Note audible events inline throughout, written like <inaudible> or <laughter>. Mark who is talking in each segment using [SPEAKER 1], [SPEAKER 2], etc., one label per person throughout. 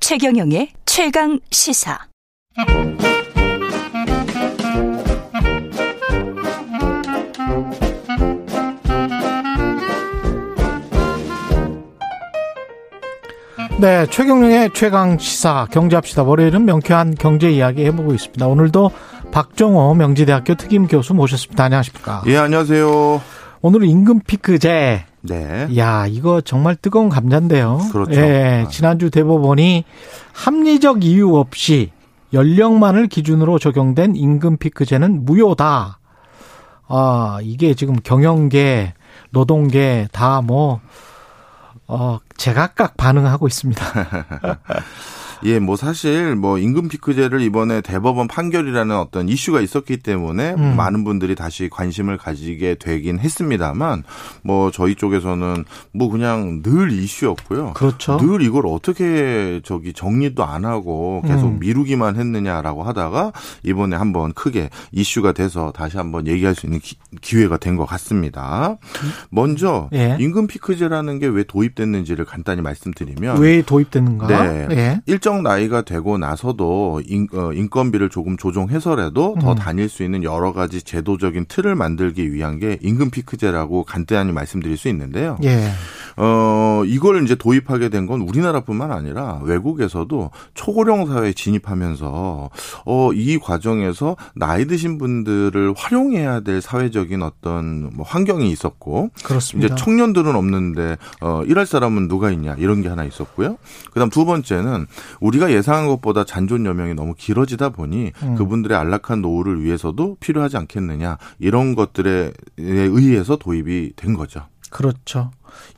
[SPEAKER 1] 최경영의 최강 시사.
[SPEAKER 2] 네, 최경룡의 최강 시사 경제합시다. 월요일은 명쾌한 경제 이야기 해보고 있습니다. 오늘도 박정호 명지대학교 특임 교수 모셨습니다. 안녕하십니까?
[SPEAKER 3] 예, 안녕하세요.
[SPEAKER 2] 오늘은 임금 피크제.
[SPEAKER 3] 네.
[SPEAKER 2] 야, 이거 정말 뜨거운 감자인데요.
[SPEAKER 3] 그렇죠.
[SPEAKER 2] 예,
[SPEAKER 3] 아.
[SPEAKER 2] 지난주 대법원이 합리적 이유 없이 연령만을 기준으로 적용된 임금 피크제는 무효다. 아, 이게 지금 경영계, 노동계 다 뭐, 어, 제각각 반응하고 있습니다.
[SPEAKER 3] 예, 뭐 사실 뭐 임금 피크제를 이번에 대법원 판결이라는 어떤 이슈가 있었기 때문에 많은 분들이 다시 관심을 가지게 되긴 했습니다만 뭐 저희 쪽에서는 뭐 그냥 늘 이슈였고요.
[SPEAKER 2] <laughs> 그렇죠.
[SPEAKER 3] 늘 이걸 어떻게 저기 정리도 안 하고 계속
[SPEAKER 2] 음.
[SPEAKER 3] 미루기만 했느냐라고 하다가 이번에 한번 크게 이슈가 돼서 다시 한번 얘기할 수 있는 기, 회가 된 것 같습니다. 먼저
[SPEAKER 2] 예.
[SPEAKER 3] 임금 피크제라는 게 왜 도입됐는지를 간단히 말씀드리면
[SPEAKER 2] 왜 도입됐는가?
[SPEAKER 3] 네.
[SPEAKER 2] 예.
[SPEAKER 3] 일정 나이가 되고 나서도 인, 어, 인건비를 조금 조정해서라도 더
[SPEAKER 2] 음.
[SPEAKER 3] 다닐 수 있는 여러 가지 제도적인 틀을 만들기 위한 게 임금 피크제라고 간단히 말씀드릴 수 있는데요.
[SPEAKER 2] 예.
[SPEAKER 3] 어, 이걸 이제 도입하게 된 건 우리나라뿐만 아니라 외국에서도 초고령 사회에 진입하면서 어, 이 과정에서 나이 드신 분들을 활용해야 될 사회적인 어떤 뭐 환경이 있었고
[SPEAKER 2] 그렇습니다.
[SPEAKER 3] 이제 청년들은 없는데 어 일할 사람은 누가 있냐 이런 게 하나 있었고요. 그다음 두 번째는 우리가 예상한 것보다 잔존 여명이 너무 길어지다 보니
[SPEAKER 2] 음.
[SPEAKER 3] 그분들의 안락한 노후를 위해서도 필요하지 않겠느냐 이런 것들에 의해서 도입이 된 거죠.
[SPEAKER 2] 그렇죠.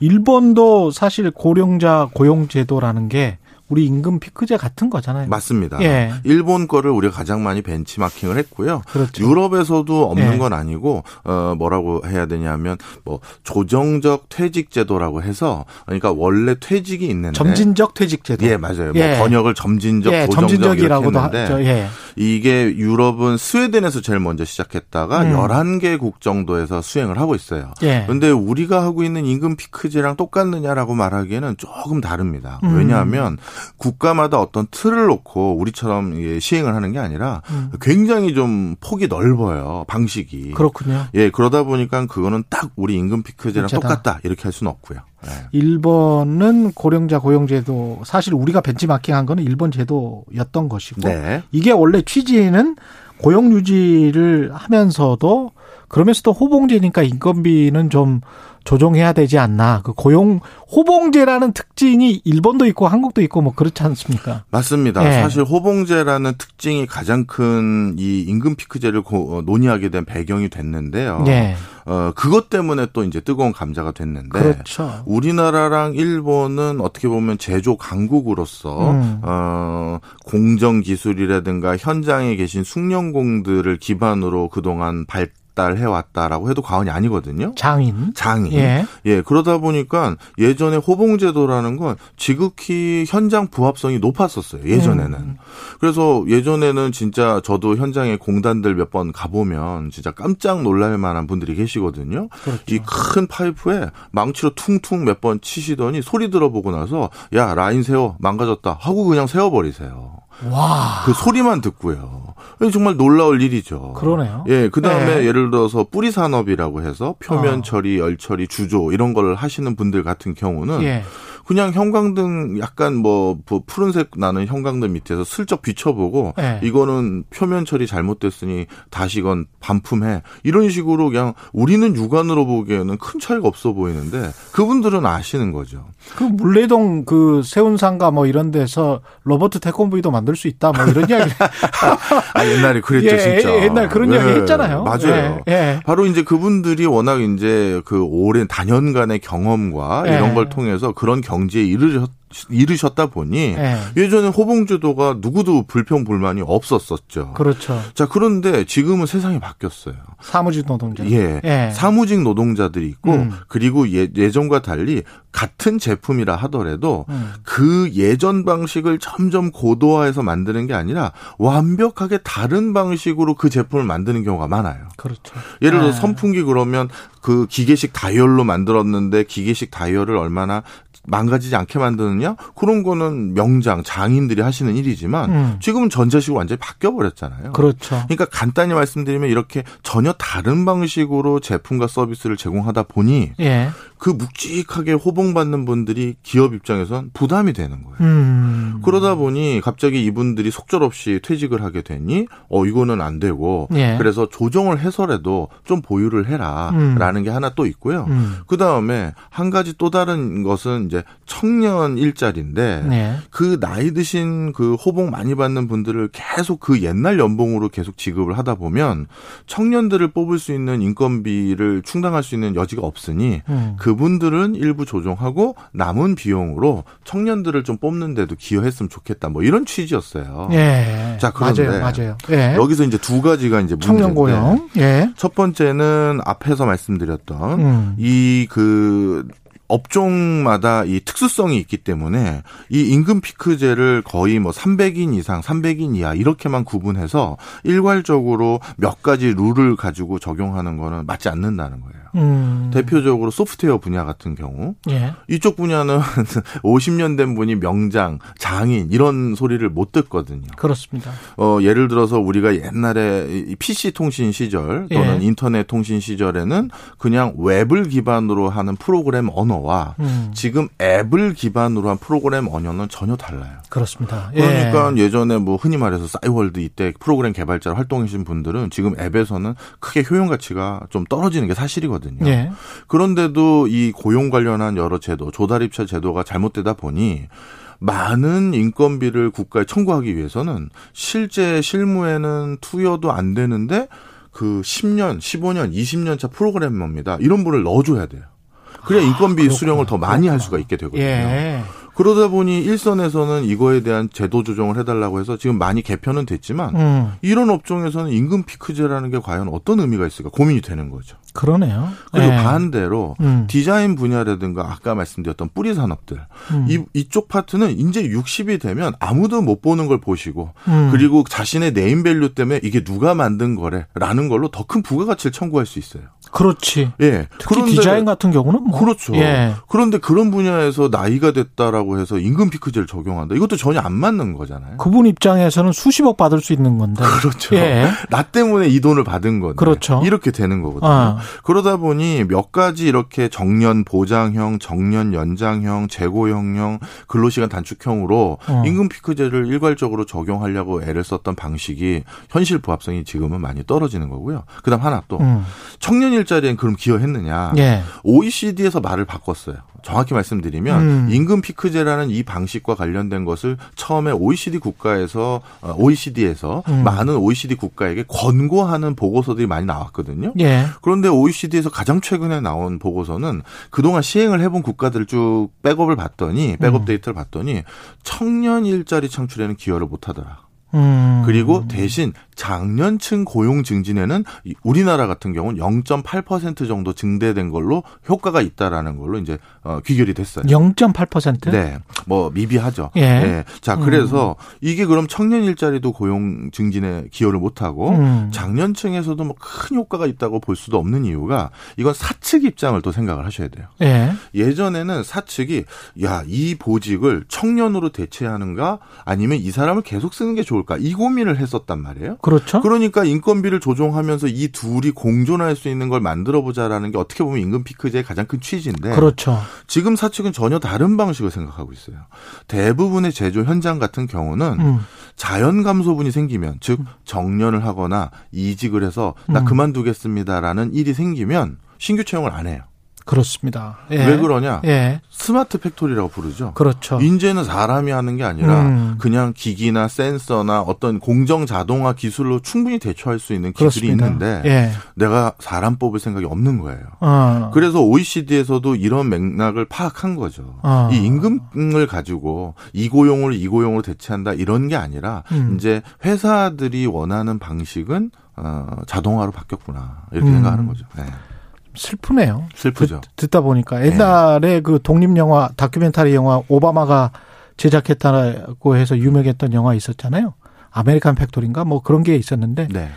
[SPEAKER 2] 일본도 사실 고령자 고용 제도라는 게 우리 임금 피크제 같은 거잖아요.
[SPEAKER 3] 맞습니다.
[SPEAKER 2] 예.
[SPEAKER 3] 일본 거를 우리가 가장 많이 벤치마킹을 했고요.
[SPEAKER 2] 그렇죠.
[SPEAKER 3] 유럽에서도 없는
[SPEAKER 2] 예.
[SPEAKER 3] 건 아니고 어 뭐라고 해야 되냐면 뭐 조정적 퇴직 제도라고 해서 그러니까 원래 퇴직이 있는데
[SPEAKER 2] 점진적 퇴직 제도.
[SPEAKER 3] 네. 예, 맞아요.
[SPEAKER 2] 예.
[SPEAKER 3] 뭐 번역을 점진적,
[SPEAKER 2] 예,
[SPEAKER 3] 고정적 이렇게
[SPEAKER 2] 점진적이라고도
[SPEAKER 3] 했는데
[SPEAKER 2] 하죠. 예.
[SPEAKER 3] 이게 유럽은 스웨덴에서 제일 먼저 시작했다가
[SPEAKER 2] 음.
[SPEAKER 3] 11개국 정도에서 수행을 하고 있어요.
[SPEAKER 2] 예.
[SPEAKER 3] 근데 우리가 하고 있는 임금 피크제랑 똑같느냐라고 말하기에는 조금 다릅니다.
[SPEAKER 2] 음.
[SPEAKER 3] 왜냐하면 국가마다 어떤 틀을 놓고 우리처럼 이게 시행을 하는 게 아니라 굉장히 좀 폭이 넓어요. 방식이.
[SPEAKER 2] 음. 그렇군요.
[SPEAKER 3] 예, 그러다 보니까 그거는 딱 우리 임금 피크제랑
[SPEAKER 2] 피크제다.
[SPEAKER 3] 똑같다. 이렇게 할 수는 없고요. 예.
[SPEAKER 2] 일본은 고령자 고용 제도 사실 우리가 벤치마킹한 거는 일본 제도였던 것이고
[SPEAKER 3] 네.
[SPEAKER 2] 이게 원래 취지는 고용 유지를 하면서도 그러면서도 호봉제니까 인건비는 좀 조정해야 되지 않나. 그 고용 호봉제라는 특징이 일본도 있고 한국도 있고 뭐 그렇지 않습니까?
[SPEAKER 3] 맞습니다.
[SPEAKER 2] 예.
[SPEAKER 3] 사실 호봉제라는 특징이 가장 큰 이 임금 피크제를 고- 어, 논의하게 된 배경이 됐는데요.
[SPEAKER 2] 예.
[SPEAKER 3] 어, 그것 때문에 또 이제 뜨거운 감자가 됐는데
[SPEAKER 2] 그렇죠.
[SPEAKER 3] 우리나라랑 일본은 어떻게 보면 제조 강국으로서
[SPEAKER 2] 음.
[SPEAKER 3] 어, 공정 기술이라든가 현장에 계신 숙련공들을 기반으로 그동안 발달해 왔다라고 해도 과언이 아니거든요.
[SPEAKER 2] 장인.
[SPEAKER 3] 장이
[SPEAKER 2] 예.
[SPEAKER 3] 예, 그러다 보니까 예전에 호봉제도라는 건 지극히 현장 부합성이 높았었어요. 예전에는.
[SPEAKER 2] 음.
[SPEAKER 3] 그래서 예전에는 진짜 저도 현장에 공단들 몇 번 가보면 진짜 깜짝 놀랄 만한 분들이 계시거든요. 이 큰 파이프에 망치로 퉁퉁 몇 번 치시더니 소리 들어보고 나서 야, 라인 세워. 망가졌다. 하고 그냥 세워버리세요.
[SPEAKER 2] 와.
[SPEAKER 3] 그 소리만 듣고요. 정말 놀라울 일이죠.
[SPEAKER 2] 그러네요.
[SPEAKER 3] 예, 그 다음에
[SPEAKER 2] 네.
[SPEAKER 3] 예를 들어서 뿌리 산업이라고 해서
[SPEAKER 2] 어.
[SPEAKER 3] 표면 처리, 열 처리, 주조 이런 걸 하시는 분들 같은 경우는
[SPEAKER 2] 예.
[SPEAKER 3] 그냥 형광등 약간 뭐뭐 푸른색 나는 형광등 밑에서 슬쩍 비춰보고
[SPEAKER 2] 네.
[SPEAKER 3] 이거는 표면 처리 잘못됐으니 다시 이건 반품해 이런 식으로 그냥 우리는 육안으로 보기에는 큰 차이가 없어 보이는데 그분들은 아시는 거죠.
[SPEAKER 2] 그 물레동 그 세운상가 뭐 이런 데서 로버트 태권브이도 만들 수 있다 뭐 이런 이야기.
[SPEAKER 3] 아 옛날에 <laughs> 그랬죠
[SPEAKER 2] 예,
[SPEAKER 3] 진짜.
[SPEAKER 2] 예, 옛날 그런
[SPEAKER 3] 예,
[SPEAKER 2] 이야기 했잖아요.
[SPEAKER 3] 맞아요.
[SPEAKER 2] 예, 예.
[SPEAKER 3] 바로 이제 그분들이 워낙 이제 그 오랜 단연간의 경험과
[SPEAKER 2] 예.
[SPEAKER 3] 이런 걸 통해서 그런 경지에 이르셨, 이르셨다 보니
[SPEAKER 2] 예.
[SPEAKER 3] 예전에 호봉제도가 누구도 불평 불만이 없었었죠.
[SPEAKER 2] 그렇죠.
[SPEAKER 3] 자 그런데 지금은 세상이 바뀌었어요.
[SPEAKER 2] 사무직 노동자.
[SPEAKER 3] 예. 사무직 노동자들이 있고 그리고 예, 예전과 달리 같은 제품이라 하더라도 그 예전 방식을 점점 고도화해서 만드는 게 아니라 완벽하게 다른 방식으로 그 제품을 만드는 경우가 많아요.
[SPEAKER 2] 그렇죠.
[SPEAKER 3] 예를 들어
[SPEAKER 2] 예.
[SPEAKER 3] 선풍기 그러면 그 기계식 다이얼로 만들었는데 기계식 다이얼을 얼마나 망가지지 않게 만드느냐 그런 거는 명장 장인들이 하시는 일이지만
[SPEAKER 2] 음.
[SPEAKER 3] 지금은 전자식으로 완전히 바뀌어 버렸잖아요.
[SPEAKER 2] 그렇죠.
[SPEAKER 3] 그러니까 간단히 말씀드리면 이렇게 전혀 다른 방식으로 제품과 서비스를 제공하다 보니
[SPEAKER 2] 예.
[SPEAKER 3] 그 묵직하게 호봉받는 분들이 기업 입장에선 부담이 되는 거예요.
[SPEAKER 2] 음.
[SPEAKER 3] 그러다 보니 갑자기 이분들이 속절없이 퇴직을 하게 되니 어 이거는 안 되고
[SPEAKER 2] 예.
[SPEAKER 3] 그래서 조정을 해서라도 좀
[SPEAKER 2] 음.
[SPEAKER 3] 보유를 해라라는 게 하나 또 있고요.
[SPEAKER 2] 음.
[SPEAKER 3] 그 다음에 한 가지 또 다른 것은 이제 청년 일자리인데
[SPEAKER 2] 예.
[SPEAKER 3] 그 나이 드신 그 호봉 많이 받는 분들을 계속 그 옛날 연봉으로 계속 지급을 하다 보면 청년들을 뽑을 수 있는 인건비를 충당할 수 있는 여지가 없으니
[SPEAKER 2] 음.
[SPEAKER 3] 그분들은 일부 조정하고 남은 비용으로 청년들을 좀 뽑는데도 기여했으면 좋겠다. 뭐 이런 취지였어요.
[SPEAKER 2] 예.
[SPEAKER 3] 자, 그런데
[SPEAKER 2] 맞아요. 맞아요. 예.
[SPEAKER 3] 여기서 이제 두 가지가 이제
[SPEAKER 2] 청년
[SPEAKER 3] 문제인데
[SPEAKER 2] 고용. 예.
[SPEAKER 3] 첫 번째는 앞에서 말씀드렸던
[SPEAKER 2] 음.
[SPEAKER 3] 이 그 업종마다 이 특수성이 있기 때문에 이 임금 피크제를 거의 뭐 300인 이상, 300인 이하 이렇게만 구분해서 일괄적으로 몇 가지 룰을 가지고 적용하는 거는 맞지 않는다는 거예요.
[SPEAKER 2] 음.
[SPEAKER 3] 대표적으로 소프트웨어 분야 같은 경우
[SPEAKER 2] 예.
[SPEAKER 3] 이쪽 분야는 <laughs> 50년 된 분이 명장, 장인 이런 소리를 못 듣거든요.
[SPEAKER 2] 그렇습니다.
[SPEAKER 3] 어, 예를 들어서 우리가 옛날에 이 PC 통신 시절 또는
[SPEAKER 2] 예.
[SPEAKER 3] 인터넷 통신 시절에는 그냥 웹을 기반으로 하는 프로그램 언어와
[SPEAKER 2] 음.
[SPEAKER 3] 지금 앱을 기반으로 한 프로그램 언어는 전혀 달라요.
[SPEAKER 2] 그렇습니다. 예.
[SPEAKER 3] 그러니까 예전에 뭐 흔히 말해서 싸이월드 이때 프로그램 개발자로 활동하신 분들은 지금 앱에서는 크게 효용 가치가 좀 떨어지는 게 사실이거든요.
[SPEAKER 2] 예.
[SPEAKER 3] 그런데도 이 고용 관련한 여러 제도, 조달입찰 제도가 잘못되다 보니 많은 인건비를 국가에 청구하기 위해서는 실제 실무에는 투여도 안 되는데 그 10년, 15년, 20년 차 프로그래머입니다. 이런 분을 넣어줘야 돼요. 그래야 인건비 수령을 더 많이 할 수가 있게 되거든요.
[SPEAKER 2] 아, 예.
[SPEAKER 3] 그러다 보니 일선에서는 이거에 대한 제도 조정을 해달라고 해서 지금 많이 개편은 됐지만
[SPEAKER 2] 음.
[SPEAKER 3] 이런 업종에서는 임금 피크제라는 게 과연 어떤 의미가 있을까 고민이 되는 거죠.
[SPEAKER 2] 그러네요.
[SPEAKER 3] 그리고
[SPEAKER 2] 예.
[SPEAKER 3] 반대로
[SPEAKER 2] 음.
[SPEAKER 3] 디자인 분야라든가 아까 말씀드렸던 뿌리 산업들
[SPEAKER 2] 음.
[SPEAKER 3] 이, 이쪽 파트는 이제 60이 되면 아무도 못 보는 걸 보시고
[SPEAKER 2] 음.
[SPEAKER 3] 그리고 자신의 네임밸류 때문에 이게 누가 만든 거래라는 걸로 더 큰 부가가치를 청구할 수 있어요.
[SPEAKER 2] 그렇지.
[SPEAKER 3] 예.
[SPEAKER 2] 특히 디자인 같은 경우는 뭐
[SPEAKER 3] 그렇죠.
[SPEAKER 2] 예.
[SPEAKER 3] 그런데 그런 분야에서 나이가 됐다라고 해서 임금 피크제를 적용한다. 이것도 전혀 안 맞는 거잖아요.
[SPEAKER 2] 그분 입장에서는 수십억 받을 수 있는 건데.
[SPEAKER 3] 그렇죠.
[SPEAKER 2] 예.
[SPEAKER 3] 나 때문에 이 돈을 받은 건데
[SPEAKER 2] 그렇죠.
[SPEAKER 3] 이렇게 되는 거거든요.
[SPEAKER 2] 아.
[SPEAKER 3] 그러다 보니 몇 가지 이렇게 정년 보장형, 정년 연장형, 재고형형, 근로시간 단축형으로
[SPEAKER 2] 어.
[SPEAKER 3] 임금 피크제를 일괄적으로 적용하려고 애를 썼던 방식이 현실 부합성이 지금은 많이 떨어지는 거고요. 그다음 하나 또
[SPEAKER 2] 음.
[SPEAKER 3] 청년 일자리엔 그럼 기여했느냐?
[SPEAKER 2] 예.
[SPEAKER 3] OECD에서 말을 바꿨어요. 정확히 말씀드리면
[SPEAKER 2] 음.
[SPEAKER 3] 임금 피크제라는 이 방식과 관련된 것을 처음에 OECD 국가에서 OECD에서
[SPEAKER 2] 음.
[SPEAKER 3] 많은 OECD 국가에게 권고하는 보고서들이 많이 나왔거든요.
[SPEAKER 2] 예.
[SPEAKER 3] 그런데 OECD에서 가장 최근에 나온 보고서는 그동안 시행을 해본 국가들 쭉 백업을 봤더니
[SPEAKER 2] 음.
[SPEAKER 3] 백업 데이터를 봤더니 청년 일자리 창출에는 기여를 못하더라.
[SPEAKER 2] 음.
[SPEAKER 3] 그리고 대신 장년층 고용 증진에는 이 우리나라 같은 경우는 0.8% 정도 증대된 걸로 효과가 있다라는 걸로 이제 어, 귀결이 됐어요.
[SPEAKER 2] 0.8%?
[SPEAKER 3] 네, 뭐 미비하죠. 네.
[SPEAKER 2] 예. 음.
[SPEAKER 3] 자, 그래서 이게 그럼 청년 일자리도 고용 증진에 기여를 못하고
[SPEAKER 2] 음.
[SPEAKER 3] 장년층에서도 뭐 큰 효과가 있다고 볼 수도 없는 이유가 이건 사측 입장을 또 생각을 하셔야 돼요.
[SPEAKER 2] 예.
[SPEAKER 3] 예전에는 사측이 야, 이 보직을 청년으로 대체하는가 아니면 이 사람을 계속 쓰는 게 좋을까 이 고민을 했었단 말이에요.
[SPEAKER 2] 그렇죠?
[SPEAKER 3] 그러니까 인건비를 조정하면서 이 둘이 공존할 수 있는 걸 만들어 보자라는 게 어떻게 보면 임금 피크제의 가장 큰 취지인데
[SPEAKER 2] 렇죠
[SPEAKER 3] 지금 사측은 전혀 다른 방식을 생각하고 있어요. 대부분의 제조 현장 같은 경우는
[SPEAKER 2] 음.
[SPEAKER 3] 자연 감소분이 생기면 즉 정년을 하거나 이직을 해서 나
[SPEAKER 2] 음.
[SPEAKER 3] 그만두겠습니다라는 일이 생기면 신규 채용을 안 해요.
[SPEAKER 2] 그렇습니다. 예.
[SPEAKER 3] 왜 그러냐?
[SPEAKER 2] 예.
[SPEAKER 3] 스마트 팩토리라고 부르죠.
[SPEAKER 2] 그렇죠.
[SPEAKER 3] 인제는 사람이 하는 게 아니라
[SPEAKER 2] 음.
[SPEAKER 3] 그냥 기기나 센서나 어떤 공정 자동화 기술로 충분히 대처할 수 있는 기술이
[SPEAKER 2] 그렇습니다.
[SPEAKER 3] 있는데
[SPEAKER 2] 예.
[SPEAKER 3] 내가 사람 뽑을 생각이 없는 거예요.
[SPEAKER 2] 어.
[SPEAKER 3] 그래서 OECD에서도 이런 맥락을 파악한 거죠.
[SPEAKER 2] 아.
[SPEAKER 3] 이 임금을 가지고 이고용을 이고용으로 대체한다 이런 게 아니라
[SPEAKER 2] 음.
[SPEAKER 3] 이제 회사들이 원하는 방식은 어, 자동화로 바뀌었구나 이렇게
[SPEAKER 2] 음.
[SPEAKER 3] 생각하는 거죠. 네.
[SPEAKER 2] 슬프네요.
[SPEAKER 3] 슬프죠.
[SPEAKER 2] 듣, 다 보니까
[SPEAKER 3] 네.
[SPEAKER 2] 옛날에 그 독립 영화 다큐멘터리 영화 오바마가 제작했다고 해서 유명했던 영화 있었잖아요. 아메리칸 팩토리인가 뭐 그런 게 있었는데
[SPEAKER 3] 네.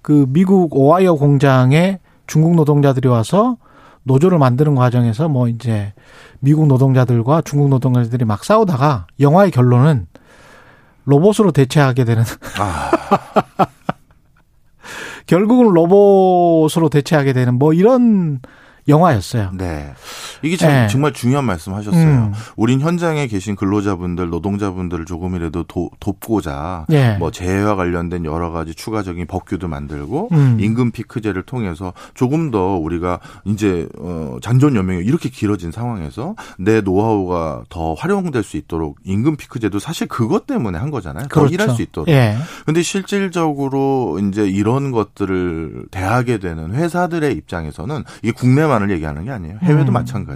[SPEAKER 2] 그 미국 오하이오 공장에 중국 노동자들이 와서 노조를 만드는 과정에서 뭐 이제 미국 노동자들과 중국 노동자들이 막 싸우다가 영화의 결론은 로봇으로 대체하게 되는 <laughs>
[SPEAKER 3] 아.
[SPEAKER 2] 결국은 로봇으로 대체하게 되는 뭐 이런 영화였어요.
[SPEAKER 3] 네. 이게 참
[SPEAKER 2] 네.
[SPEAKER 3] 정말 중요한 말씀 하셨어요.
[SPEAKER 2] 음.
[SPEAKER 3] 우린 현장에 계신 근로자분들, 노동자분들을 조금이라도 도- 돕고자
[SPEAKER 2] 예.
[SPEAKER 3] 뭐 재해와 관련된 여러 가지 추가적인 법규도 만들고
[SPEAKER 2] 음.
[SPEAKER 3] 임금 피크제를 통해서 조금 더 우리가 이제 어 잔존 연명이 이렇게 길어진 상황에서 내 노하우가 더 활용될 수 있도록 임금 피크제도 사실 그것 때문에 한 거잖아요. 더 일할 수 있도록.
[SPEAKER 2] 예.
[SPEAKER 3] 근데 실질적으로 이제 이런 것들을 대하게 되는 회사들의 입장에서는 이게 국내만을 얘기하는 게 아니에요.
[SPEAKER 2] 음.
[SPEAKER 3] 해외도 마찬가지예요.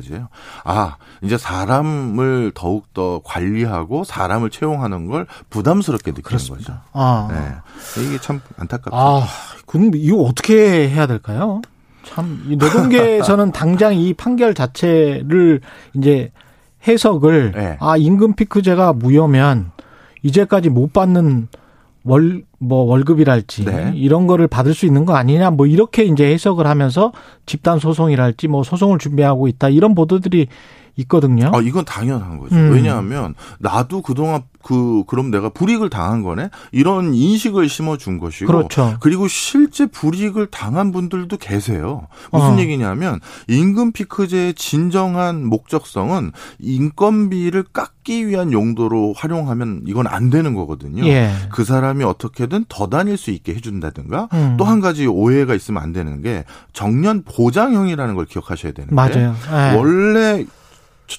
[SPEAKER 3] 아, 이제 사람을 더욱더 관리하고 사람을 채용하는 걸 부담스럽게 느끼는
[SPEAKER 2] 그렇습니다.
[SPEAKER 3] 거죠.
[SPEAKER 2] 아.
[SPEAKER 3] 네. 이게 참 안타깝죠.
[SPEAKER 2] 아, 그럼 이거 어떻게 해야 될까요? 참, 이
[SPEAKER 3] <laughs>
[SPEAKER 2] 노동계에서는 당장 이 판결 자체를 이제 해석을,
[SPEAKER 3] 네.
[SPEAKER 2] 아, 임금 피크제가 무효면 이제까지 못 받는 월, 뭐 월급이랄지
[SPEAKER 3] 네.
[SPEAKER 2] 이런 거를 받을 수 있는 거 아니냐 뭐 이렇게 이제 해석을 하면서 집단 소송이랄지 뭐 소송을 준비하고 있다 이런 보도들이 있거든요.
[SPEAKER 3] 아, 이건 당연한 거죠.
[SPEAKER 2] 음.
[SPEAKER 3] 왜냐하면 나도 그동안 그 그럼 내가 불이익을 당한 거네. 이런 인식을 심어 준 것이고
[SPEAKER 2] 그렇죠.
[SPEAKER 3] 그리고 실제 불이익을 당한 분들도 계세요. 무슨
[SPEAKER 2] 어.
[SPEAKER 3] 얘기냐면 임금 피크제의 진정한 목적성은 인건비를 깎기 위한 용도로 활용하면 이건 안 되는 거거든요.
[SPEAKER 2] 예.
[SPEAKER 3] 그 사람이 어떻게든 더 다닐 수 있게 해준다든가
[SPEAKER 2] 음.
[SPEAKER 3] 또 한 가지 오해가 있으면 안 되는 게 정년 보장형이라는 걸 기억하셔야 되는데
[SPEAKER 2] 맞아요. 예.
[SPEAKER 3] 원래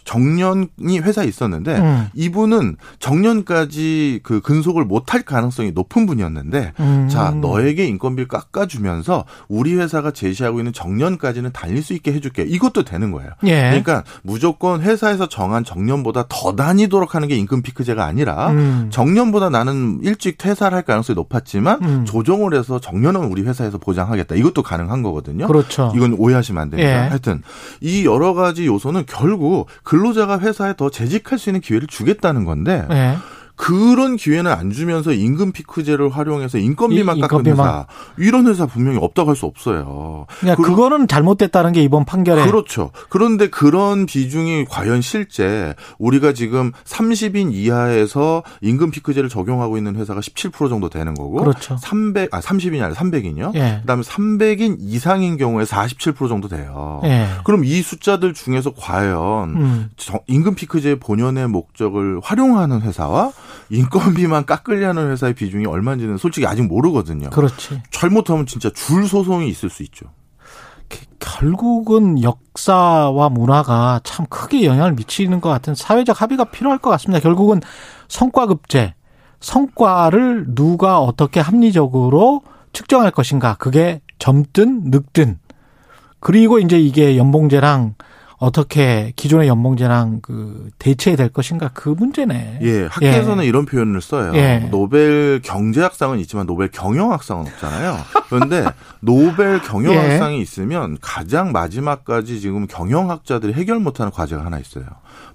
[SPEAKER 3] 정년이 회사에 있었는데
[SPEAKER 2] 음.
[SPEAKER 3] 이분은 정년까지 그 근속을 못할 가능성이 높은 분이었는데
[SPEAKER 2] 음.
[SPEAKER 3] 자 너에게 인건비를 깎아주면서 우리 회사가 제시하고 있는 정년까지는 달릴 수 있게 해줄게 이것도 되는 거예요.
[SPEAKER 2] 예.
[SPEAKER 3] 그러니까 무조건 회사에서 정한 정년보다 더 다니도록 하는 게 임금 피크제가 아니라
[SPEAKER 2] 음.
[SPEAKER 3] 정년보다 나는 일찍 퇴사를 할 가능성이 높았지만
[SPEAKER 2] 음.
[SPEAKER 3] 조정을 해서 정년은 우리 회사에서 보장하겠다 이것도 가능한 거거든요.
[SPEAKER 2] 그렇죠.
[SPEAKER 3] 이건 오해하시면 안 됩니다.
[SPEAKER 2] 예.
[SPEAKER 3] 하여튼 이 여러 가지 요소는 결국 근로자가 회사에 더 재직할 수 있는 기회를 주겠다는 건데
[SPEAKER 2] 예.
[SPEAKER 3] 그런 기회는 안 주면서 임금 피크제를 활용해서 인건비만
[SPEAKER 2] 이-
[SPEAKER 3] 깎은
[SPEAKER 2] 인건비만.
[SPEAKER 3] 회사 이런 회사 분명히 없다고 할 수 없어요.
[SPEAKER 2] 그러니까
[SPEAKER 3] 그러-
[SPEAKER 2] 그거는 잘못됐다는 게 이번 판결에
[SPEAKER 3] 그렇죠. 그런데 그런 비중이 과연 실제 우리가 지금 30인 이하에서 임금 피크제를 적용하고 있는 회사가 17% 정도 되는 거고
[SPEAKER 2] 그렇죠.
[SPEAKER 3] 300, 아, 30인이 아니라 300인이요?
[SPEAKER 2] 예.
[SPEAKER 3] 그 다음에 300인 이상인 경우에 47% 정도 돼요.
[SPEAKER 2] 예.
[SPEAKER 3] 그럼 이 숫자들 중에서 과연
[SPEAKER 2] 음.
[SPEAKER 3] 저- 임금 피크제의 본연의 목적을 활용하는 회사와 인건비만 깎으려는 회사의 비중이 얼마인지는 솔직히 아직 모르거든요.
[SPEAKER 2] 그렇지.
[SPEAKER 3] 잘못하면 진짜 줄 소송이 있을 수 있죠.
[SPEAKER 2] 게- 그 결국은 역사와 문화가 참 크게 영향을 미치는 것 같은 사회적 합의가 필요할 것 같습니다. 결국은 성과급제, 성과를 누가 어떻게 합리적으로 측정할 것인가. 그게 점든 늑든. 그리고 이제 이게 연봉제랑 어떻게 기존의 연봉제랑 그 대체될 것인가. 그 문제네.
[SPEAKER 3] 예, 학계에서는 이런 표현을 써요.
[SPEAKER 2] 예.
[SPEAKER 3] 노벨 경제학상은 있지만 노벨 경영학상은 없잖아요. 그런데 노벨
[SPEAKER 2] 예.
[SPEAKER 3] 경영학상이 있으면 가장 마지막까지 지금 경영학자들이 해결 못하는 과제가 하나 있어요.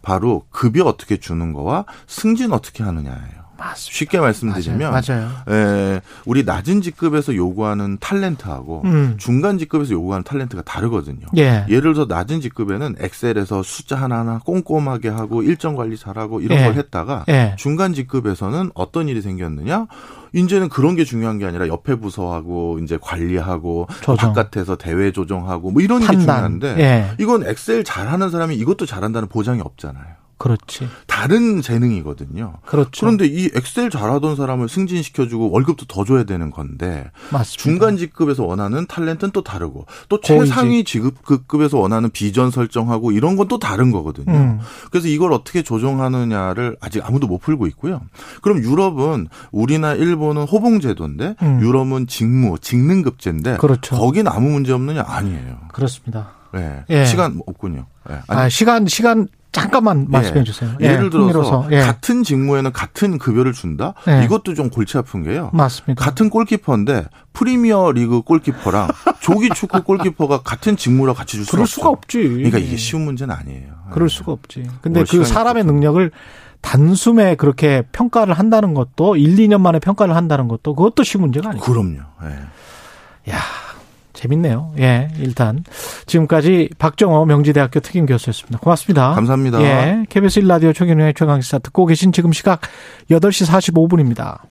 [SPEAKER 3] 바로 급여 어떻게 주는 거와 승진 어떻게 하느냐예요.
[SPEAKER 2] 맞습니다.
[SPEAKER 3] 쉽게 말씀드리면
[SPEAKER 2] 맞아요. 맞아요.
[SPEAKER 3] 예, 우리 낮은 직급에서 요구하는 탤런트하고
[SPEAKER 2] 음.
[SPEAKER 3] 중간 직급에서 요구하는 탤런트가 다르거든요.
[SPEAKER 2] 예.
[SPEAKER 3] 예를 들어 낮은 직급에는 엑셀에서 숫자 하나하나 꼼꼼하게 하고 일정 관리 잘하고 이런
[SPEAKER 2] 예.
[SPEAKER 3] 걸 했다가
[SPEAKER 2] 예.
[SPEAKER 3] 중간 직급에서는 어떤 일이 생겼느냐? 이제는 그런 게 중요한 게 아니라 옆에 부서하고 이제 관리하고
[SPEAKER 2] 조정.
[SPEAKER 3] 바깥에서 대외 조정하고 뭐 이런 게
[SPEAKER 2] 판단.
[SPEAKER 3] 중요한데
[SPEAKER 2] 예.
[SPEAKER 3] 이건 엑셀 잘하는 사람이 이것도 잘한다는 보장이 없잖아요.
[SPEAKER 2] 그렇지.
[SPEAKER 3] 다른 재능이거든요.
[SPEAKER 2] 그렇죠.
[SPEAKER 3] 그런데 이 엑셀 잘하던 사람을 승진시켜주고 월급도 더 줘야 되는 건데
[SPEAKER 2] 맞습니다.
[SPEAKER 3] 중간 직급에서 원하는 탤런트는 또 다르고 또
[SPEAKER 2] 고위직.
[SPEAKER 3] 최상위 직급 급급에서 원하는 비전 설정하고 이런 건 또 다른 거거든요.
[SPEAKER 2] 음.
[SPEAKER 3] 그래서 이걸 어떻게 조정하느냐를 아직 아무도 못 풀고 있고요. 그럼 유럽은 우리나 일본은 호봉 제도인데
[SPEAKER 2] 음.
[SPEAKER 3] 유럽은 직무 직능급제인데
[SPEAKER 2] 그렇죠.
[SPEAKER 3] 거긴 아무 문제 없느냐 아니에요.
[SPEAKER 2] 그렇습니다.
[SPEAKER 3] 예.
[SPEAKER 2] 예.
[SPEAKER 3] 시간 없군요. 예. 아니,
[SPEAKER 2] 아, 시간 시간 잠깐만 말씀해 주세요.
[SPEAKER 3] 예. 를 들어서
[SPEAKER 2] 흥미로워서. 예.
[SPEAKER 3] 같은 직무에는 같은 급여를 준다.
[SPEAKER 2] 예.
[SPEAKER 3] 이것도 좀 골치 아픈 게요.
[SPEAKER 2] 맞습니다.
[SPEAKER 3] 같은 골키퍼인데 프리미어
[SPEAKER 2] <laughs>
[SPEAKER 3] 리그 골키퍼랑 조기 축구 골키퍼가 같은 직무라 같이 줄 수가
[SPEAKER 2] 그럴
[SPEAKER 3] 없어.
[SPEAKER 2] 수가 없지.
[SPEAKER 3] 그러니까 이게 쉬운 문제는 아니에요. 예.
[SPEAKER 2] 그럴 수가 없지. 근데
[SPEAKER 3] 오늘
[SPEAKER 2] 그
[SPEAKER 3] 시간이 그렇죠.
[SPEAKER 2] 사람의 능력을 단숨에 그렇게 평가를 한다는 것도 1, 2년 만에 평가를 한다는 것도 그것도 쉬운 문제가 아니고.
[SPEAKER 3] 그럼요. 예.
[SPEAKER 2] 야, 재밌네요. 예, 일단 지금까지 박정호 명지대학교 특임 교수였습니다. 고맙습니다.
[SPEAKER 3] 감사합니다.
[SPEAKER 2] 예, KBS 1라디오 최경영의 최강시사 듣고 계신 지금 시각 8시 45분입니다.